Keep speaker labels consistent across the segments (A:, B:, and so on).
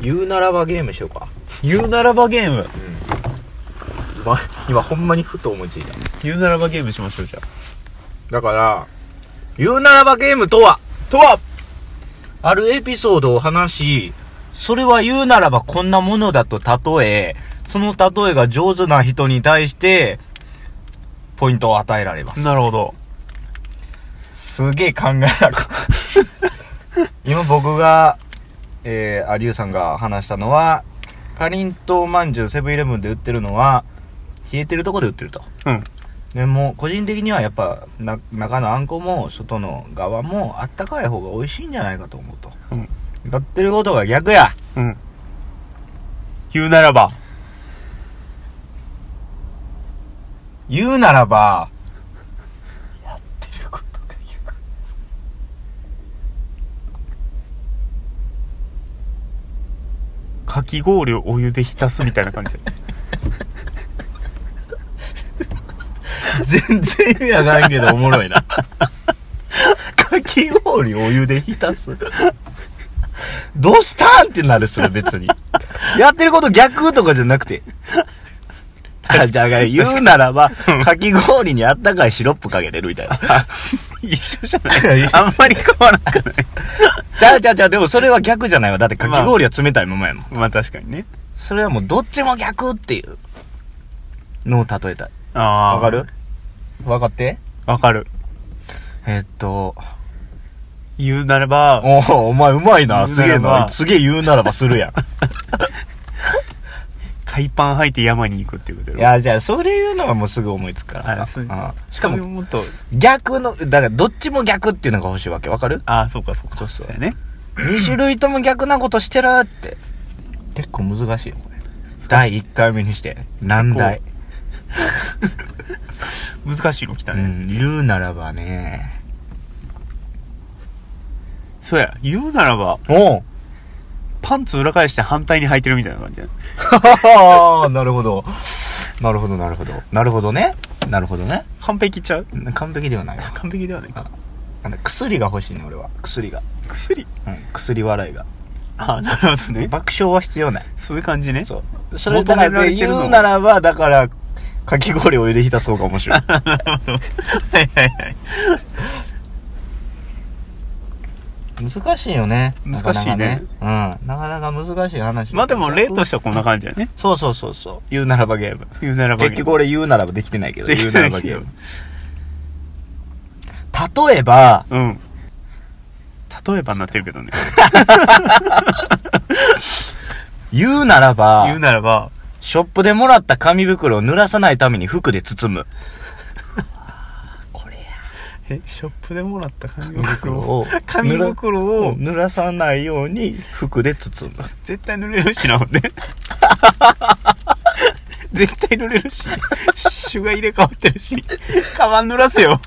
A: 言うならばゲームしようか。
B: 言うならばゲーム
A: うん。今、今ほんまにふと思いついた。
B: 言うならばゲームしましょうじゃあ
A: だから、言うならばゲームとは、
B: とは
A: あるエピソードを話し、それは言うならばこんなものだと例え、その例えが上手な人に対して、ポイントを与えられます。
B: なるほど
A: すげえ考えなかった。 今僕が、えー、アリュウさんが話したのは、かりんとうまんじゅうセブンイレブンで売ってるのは、冷えてるとこで売ってると。
B: うん
A: でも、個人的にはやっぱ、な中のあんこも、外の側も、あったかい方が美味しいんじゃないかと思うと。
B: うん
A: やってることが逆や
B: うん言うならば
A: 言うならば、
B: かき氷をお湯で浸すみたいな感じ
A: 全然意味わからんけど、おもろい な。
B: かき氷をお湯で浸す
A: どうしたんってなるそれ別に。やってること逆とかじゃなくて。あ、じゃあ言うならば、かき氷にあったかいシロップかけてるみたいな。
B: 一緒じゃないあんまり変わらんくない
A: ちゃうちゃうちゃう、でもそれは逆じゃないわ。だってかき氷は冷たいままやもん。
B: まあ確かにね
A: それはもうどっちも逆っていうのを例えたい。
B: ああ
A: わかるわかって
B: わかる
A: えっと、
B: 言うならば
A: おお、お前うまいな。
B: 言うならば
A: すげえな。すげえ言うならばするやん。
B: 海パン履いて山に行くっていうこと
A: い
B: よ
A: や、じゃあそれ言うのはもうすぐ思いつくからな。
B: あそう
A: うんし
B: し
A: か
B: か
A: も
B: ももっと
A: 逆の、だからどっちも逆っていうのが欲しいわけ。わかる
B: ああそうかそうか
A: そうそう
B: やね
A: 2種類とも逆なことしてるって結構難しいよこれ第1回目にして難題、
B: 難しいの来た
A: う
B: ね、
A: ん、言うならばね
B: そうや言うならば
A: お
B: パンツ裏返して反対に履いてるみたいな感じやね
A: お なるほどなるほどなるほどなるほどねなるほどね
B: 完璧ちゃう
A: 完璧ではないわ
B: 完璧ではないか
A: あの薬が欲しいね俺は薬が、
B: 薬
A: うん、薬笑いが
B: ああなるほどね
A: 爆笑は必要ない
B: そういう感じね
A: そうそれだ
B: 求
A: か
B: めら
A: ら
B: れてるの
A: 言うならばだからかき氷を入れ浸そうが面白い
B: はいはいはい
A: 難しいよね
B: 難し
A: なかなか
B: いね
A: ねうんなかなか難しい話
B: まあでも例としてはこんな感じやね
A: そうそうそうそう。言うならばゲーム。
B: 言うならば
A: 結局俺言うならばできてないけど、
B: でき
A: 言
B: て
A: うな
B: な
A: ら
B: いけ
A: ば
B: ど
A: ゲーム。例えば、
B: うん例えばになってるけどね
A: 言うなら
B: 言う
A: ば、
B: ならば
A: ショップでもらった紙袋を濡らさないために服で包む。 これや。
B: えショップでもらった紙
A: 袋を
B: 紙袋
A: を
B: を
A: 濡らさないように服で包む。
B: 絶対濡れるしなほ んで絶対濡れるし種が入れ替わってるしカバン濡らすよ、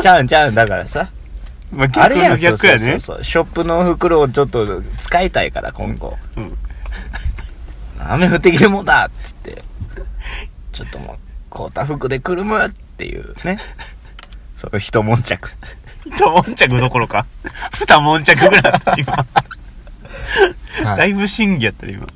A: ちゃうんちゃうん、だからさ。
B: まあ、
A: あれ
B: 逆
A: や
B: の
A: ん、
B: 逆や
A: そう
B: ね
A: そうそう。ショップの袋をちょっと使いたいから、今後。
B: うん
A: 雨降ってきてもうたっつってちょっともう凍った服でくるむっていうねそう一悶着
B: 一悶着どころか二悶着ぐらいだった今、だ
A: はい
B: いぶ審議やったね今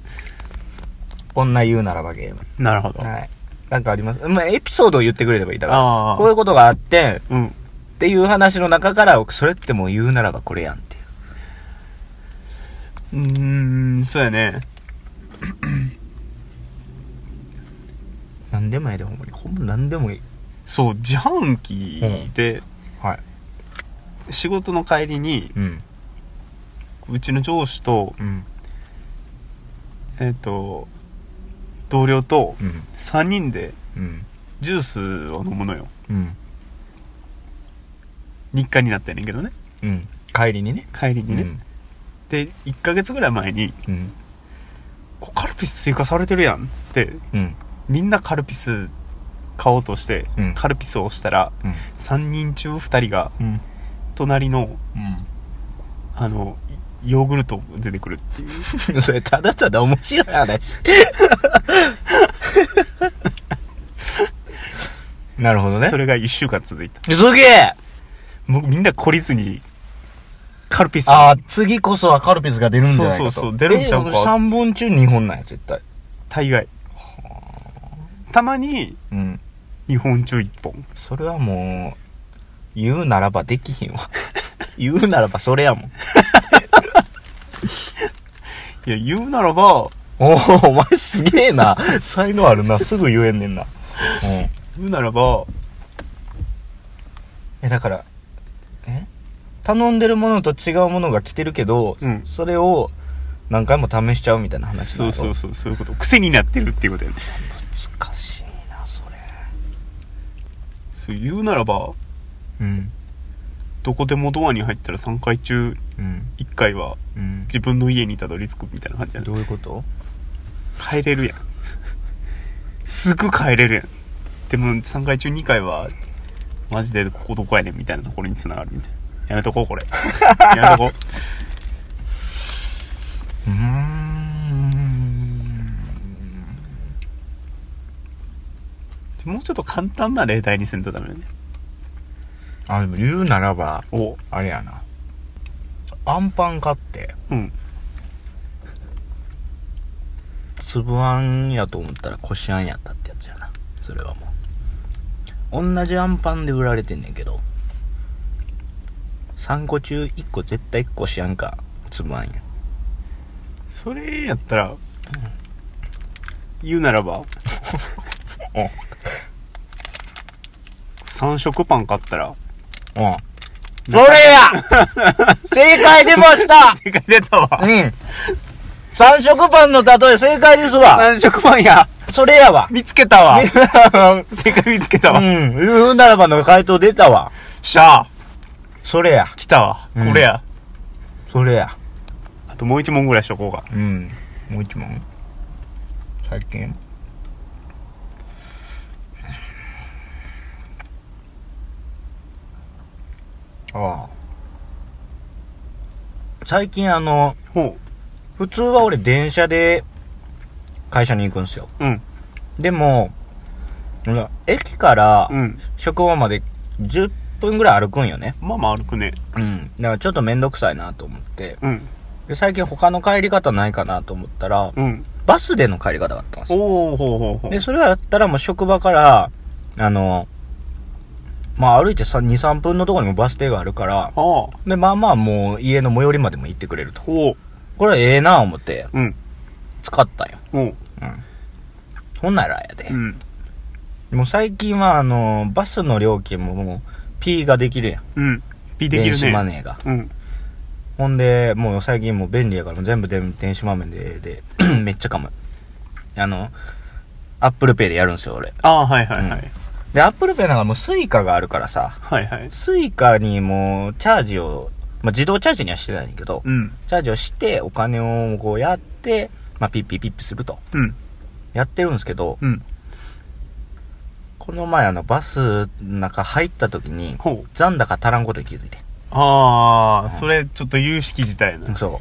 A: 女言うならばゲーム
B: なるほど
A: はいなんかありますまあエピソードを言ってくれればいいだか
B: あ
A: ら
B: ー
A: こういうことがあって
B: うん
A: っていう話の中からそれってもう言うならばこれやんっていう
B: うーんそうやね
A: 何でもええでほんまにほんま何でもいい
B: そう自販機で
A: はい
B: 仕事の帰りに
A: うん
B: うちの上司と
A: うん
B: えっ、と同僚と
A: うん
B: 3人で
A: うん
B: ジュースを飲むのよ
A: うん
B: 日課になってんねんけどね
A: うん帰りにね
B: 帰り
A: う
B: にね、
A: ん
B: で1ヶ月ぐらい前に
A: うん
B: 「こうカルピス追加されてるやん」っつって
A: うん
B: みんなカルピス買おうとして、
A: うん
B: カルピスを押したら
A: うん
B: 3人中2人が
A: うん
B: 隣のあのヨーグルト出てくるっていう
A: うん それただただ面白い 話なるほどね
B: それが1週間続いた
A: すげえ
B: もうみんな懲りずにカルピス。
A: ああ、次こそはカルピスが出るんじゃないかと。
B: そうそうそう出るんちゃうか
A: え3本中2本なんや、絶対。
B: 大概。たまに、
A: うん。
B: 2本中1本。
A: それはもう、言うならばできひんわ。 言うならばそれやもん。
B: いや、言うならば、
A: おお、お前すげえな。才能あるな。すぐ言えんねんな。うん。
B: 言うならば、
A: え、だから、え頼んでるものと違うものが来てるけど、
B: うん
A: それを何回も試しちゃうみたいな話。
B: そうそううそう、そういうこと。癖になってるっていうことやね。
A: 難しいな、それ。
B: そう言うならば、
A: うん。
B: どこでもドアに入ったら3回中
A: うん。
B: 1回は
A: うん。
B: 自分の家にたどり着くみたいな感じやね
A: どういうこと
B: 帰れるやん。すぐ帰れるやん。でも3回中2回は、マジでここどこやねんみたいなところに繋がるみたいな。やめとこう、これ。やめとこう。
A: うーん。
B: もうちょっと簡単な例題にせんとダメだね。
A: あ、でも言うならば、
B: お
A: あれやな。アンパン買って、
B: うん。
A: 粒あんやと思ったらこしあんやったってやつやな。それはもう。同じアンパンで売られてんねんけど、3個中1個絶対こしあんか、粒あんや。
B: それやったら、言うな らば、3色パン買っ たら、
A: うん。そ れや正解出ました
B: 正解出たわ。
A: うん。三色パンの例え正解ですわ。
B: 3色パンや。
A: それやわ。
B: 見つけた わ。
A: うん
B: 正解見つけたわ。
A: うん。言うならばの回答出たわ。
B: しゃあ、
A: それや。
B: 来たわ。こ
A: うん
B: れや。
A: それや。
B: あともう一問ぐらいしとこうか。
A: うん。もう一問最近。ああ。最近あの、
B: ほ
A: 普通は俺電車で会社に行くんですよ。
B: う。うん。
A: でも、ほら駅から
B: うん。
A: 職場まで10分ぐらい歩くんよね。
B: まあまあ歩くね。
A: うん。だからちょっとめんどくさいなと思って。
B: うん。
A: で、最近他の帰り方ないかなと思ったら、
B: うん。
A: バスでの帰り方があったんですよ。
B: おおほうほうほう。
A: で、それだったらもう職場から、あの、まあ歩いてさ2、3分のところにもバス停があるから、
B: ああ。
A: で、まあまあもう家の最寄りまでも行ってくれると。
B: ほ
A: これはええなぁ思って
B: う。うん。
A: 使ったよ。
B: ほう。
A: うん。ほんならやで。
B: うん。
A: もう最近はあの、バスの料金ももう P ができるやん。
B: うん。ピでき
A: 電子
B: る
A: マ
B: ね。
A: ネーが。
B: うん。
A: ほんで、もう最近もう便利やからもう全部電電子マネーで、 でめっちゃかむ。あの、アップルペイでやるんですよ、俺。
B: ああ、はいはいは
A: う
B: い。
A: で、アップルペイなんかもうスイカがあるからさ、
B: はいはい。
A: スイカにもうチャージを、まあ、自動チャージにはしてないんだけど、
B: うん。
A: チャージをしてお金をこうやって、まあ、ピッピッピッピすると。
B: うん。
A: やってるんですけど、
B: うん。
A: この前あのバスの中入った時に、
B: ほう。
A: 残高足らんことに気づいて。
B: ああ、それちょっと有識自体やな。
A: そう。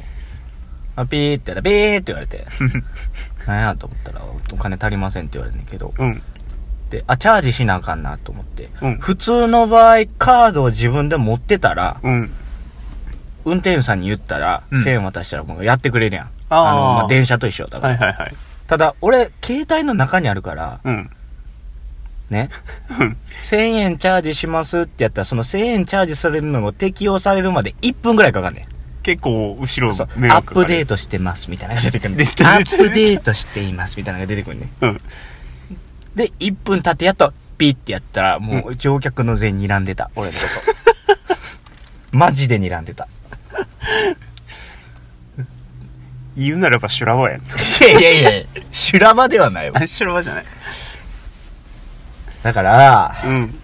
A: あピーってやったら、ピーって言われて、なんやと思ったら、お金足りませんって言われるんだけど、
B: うん。
A: で、あ、チャージしなあかんなと思って。
B: うん。
A: 普通の場合、カードを自分で持ってたら、
B: うん。
A: 運転手さんに言ったら、
B: うん
A: 1000円渡したらもうやってくれるやん。
B: あー
A: の、まあ、電車と一緒だから。
B: はいはいはい。
A: ただ、俺、携帯の中にあるから、
B: うん。
A: ね。1000円チャージしますってやったら、その1000円チャージされるのも適用されるまで1分くらいかかんねん。
B: 結構、後ろ
A: そう、
B: 迷
A: アッ
B: 惑
A: プデー
B: ー
A: トしてますみたいなのが 出てくるねん。
B: 出
A: ア
B: てる
A: ップデートしていますみたいなのが出てくるねん。
B: ト。うん。
A: で、1分経ってやっと、ピッてやったら、もう乗客の全員睨んでた。俺の こと。マジで睨んでた。
B: 言うならば修羅場やん。
A: い やいやいやいや 修羅場ではないわ。
B: あ修羅場じゃない。
A: だから、
B: うん。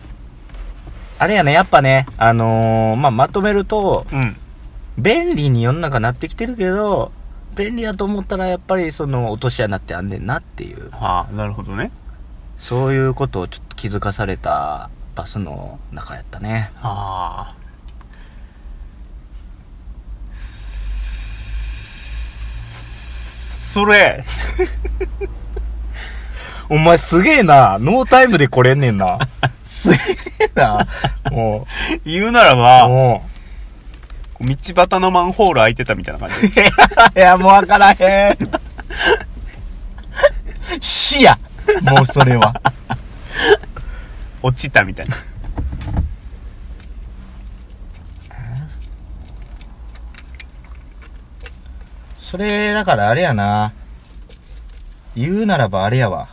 A: あれやね、やっぱね、あのーまあ、まとめると、
B: うん。
A: 便利に世の中なってきてるけど、便利やと思ったらやっぱりその落とし穴ってあんねんなっていう、
B: ああ、なるほどね。
A: そういうことをちょっと気づかされたバスの中やったね。
B: ああ。それ、
A: お前すげえな、ノータイムで来れんねん な。すげえな、も
B: 言うなら
A: う、
B: ば、
A: もう、
B: こう道端のマンホール開いてたみたいな感じ
A: いや、もうわからへん。 死や。もうそれは。
B: 落ちたみたいな
A: それ、だからあれやな。言うならばあれやわ。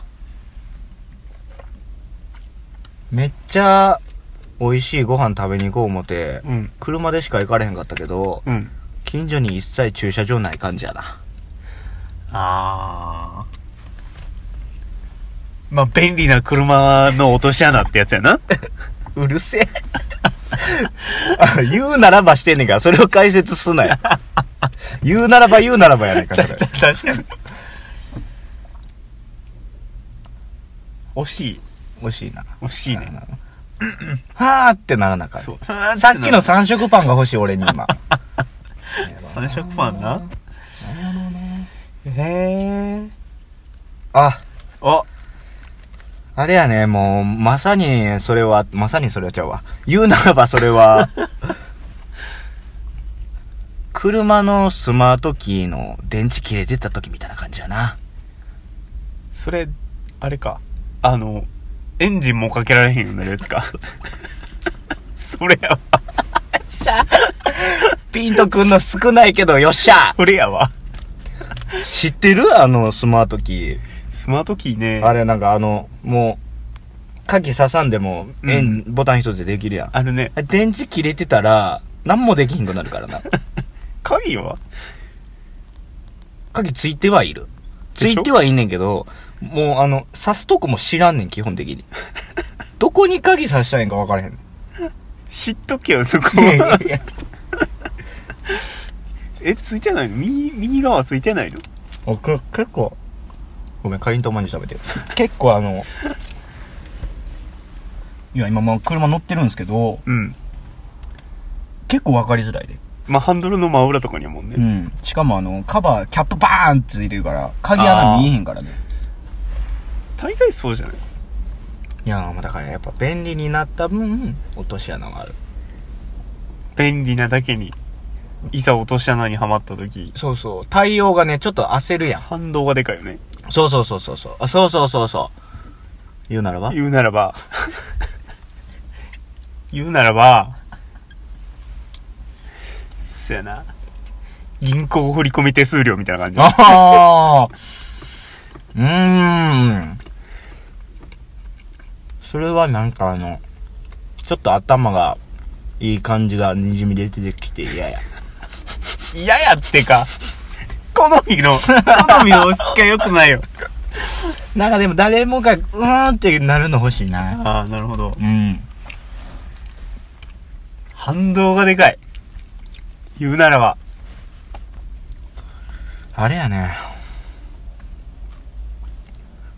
A: めっちゃ、美味しいご飯食べに行こう思て、
B: うん
A: 車でしか行かれへんかったけど、
B: うん
A: 近所に一切駐車場ない感じやな。
B: ああまあ便利な車の落とし穴ってやつやな
A: うるせえ。 あ言うならばしてんねんから、それを解説すなよ。言うならば言うならばやないか、それ。
B: 確かに惜しい
A: 惜しいな。
B: 惜しいね
A: はーってならなかった。
B: そうさ
A: さっきの三色パンが欲しい、俺に 今。
B: 三色パンなへえ
A: あ、
B: あ
A: あれやね、もう、まさに、それは、まさにそれはちゃうわ。言うならばそれは、 車のスマートキーの電池切れてた時みたいな感じやな。
B: それあれかあのエンジンもかけられへんようになるやつ かそれやわ
A: ピントくんの少ないけど、よっしゃ
B: それやわ
A: 知ってるあの、スマートキー。
B: スマートキーね
A: あれなんかあの、もう、鍵刺さんでも、
B: うん
A: 円ボタン一つでできるやん。
B: あるね
A: あれ電池切れてたら、何もできひんくなるからな。
B: 鍵は
A: 鍵ついてはいる。つ
B: でしょ
A: いてはいんねんけど、もうあの、刺すとこも知らんねん、基本 的に。どこに鍵刺したらいいんか分からへんねん。
B: 知っとけよそこ
A: いやいや
B: はい
A: や
B: えついてないの右右側ついてないの
A: おく結構、ごめん、かりんとうまんじゅう食べてる。結構あの、いや、今もう車乗ってるんですけど、
B: うん
A: 結構分かりづらいで。
B: まあハンドルの真裏とかにはもんね、
A: うん。しかもあの、カバー、キャップバーンってついてるから、鍵穴見えへんからね。
B: 大概そうじゃない
A: いや、もうだからやっぱ便利になった分、落とし穴がある。
B: 便利なだけにいざ落とし穴にはまった時
A: そうそう。対応がね、ちょっと焦るやん。
B: 反動がでかいよね
A: そうそうそうそうそう。あ、そうそうそうそう。言うならば
B: 言うなら ば言うならばそやな銀行振込手数料みたいな感じ
A: ああうーん。それはなんかあの、ちょっと頭がいい感じがにじみ出てきて嫌や。
B: 嫌やってか好みの好みの押し付け良くないよ
A: なんかでも誰もが、うーんってなるの欲しいな。
B: ああなるほど
A: うん。
B: 反動がでかい言うならば
A: あれやね。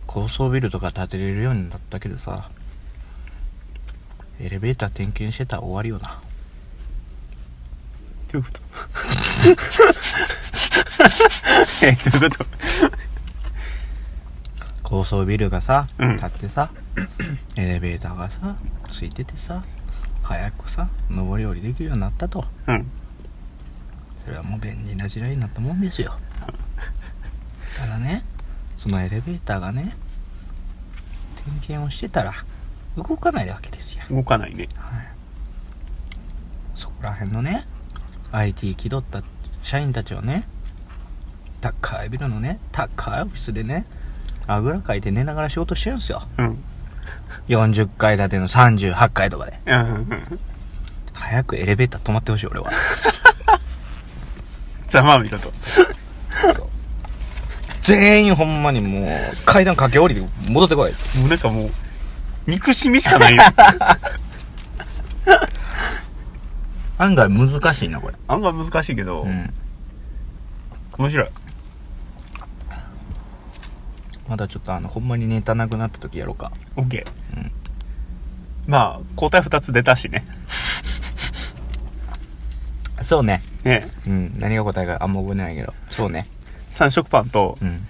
A: 高層ビルとか建てれるようになったけどさ、エレベーター点検してたら終わりよな。
B: どういうこと えどういうこと
A: 高層ビルがさ、
B: うん
A: 建ってさ、エレベーターがさ、ついててさ、早くさ、上り下りできるようになったと。
B: うん
A: それはもう便利な時代になったもんですよ。 ただね、そのエレベーターがね、点検をしてたら、動かないわけですよ。
B: 動かないね
A: そこら辺のね IT 気取った社員たちをね高いビルのね高いオフィスでねあぐらかいて寝ながら仕事してるんですよ
B: うん
A: 40階建ての38階とかで
B: うんうん
A: 早くエレベーター止まってほしい俺は
B: ざまあみろと
A: そう全員ほんまにもう階段駆け下りて戻ってこい
B: もうなんかもう、憎しみしかない よ。
A: 案外難しいなこれ
B: 案外難しいけど、
A: うん
B: 面白い。
A: まだちょっとあのほんまにネタなくなった時やろうか
B: OK。
A: うん
B: まあ、交代2つ出たしね。
A: そうね
B: ね
A: うん何が答えかあんま覚えてないけどそうね
B: 三色パンと、
A: うん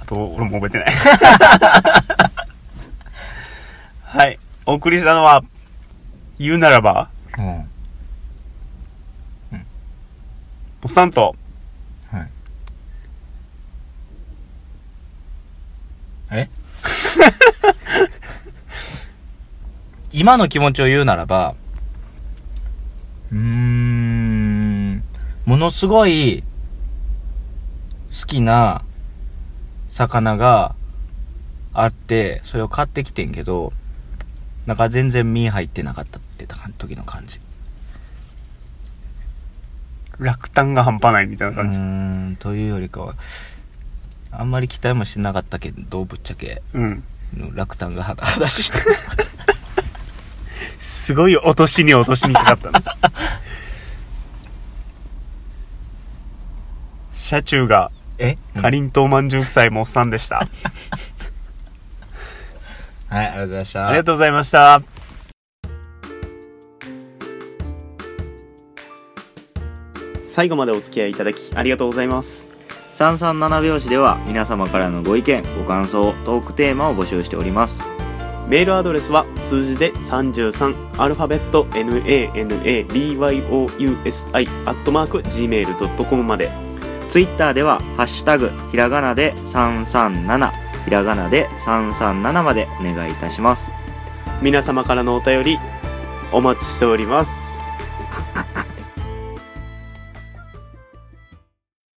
B: あと、俺も覚えて ない。はい。お送りしたのは、言うならば、
A: うん
B: ポッサンと
A: はい。え 今の気持ちを言うならば、うーん、ものすごい好きな魚があって、それを買ってきてんけど、なんか全然身入ってなかったって時の感じ。
B: 落胆が半端ないみたいな感じ
A: う。ーんというよりかはあんまり期待もしてなかったけどぶっちゃけ
B: うん。
A: 落胆が 話話して
B: すごい落としに落としにかか ったな車中が
A: え
B: かりんとうまんじゅう夫妻もおっさんでした。
A: はいありがとうございました
B: ありがとうございました。最後までお付き合いいただきありがとうございます。
A: 337拍子では皆様からのご意見ご感想トークテーマを募集しております
B: メールアドレスは数字で33アルファベット nanabyousi アットマーク gmail.com まで
A: Twitter では「ハッシュタグひらがなで337」ひらがなで337までお願いいたします
B: 皆様からのお便りお待ちしております。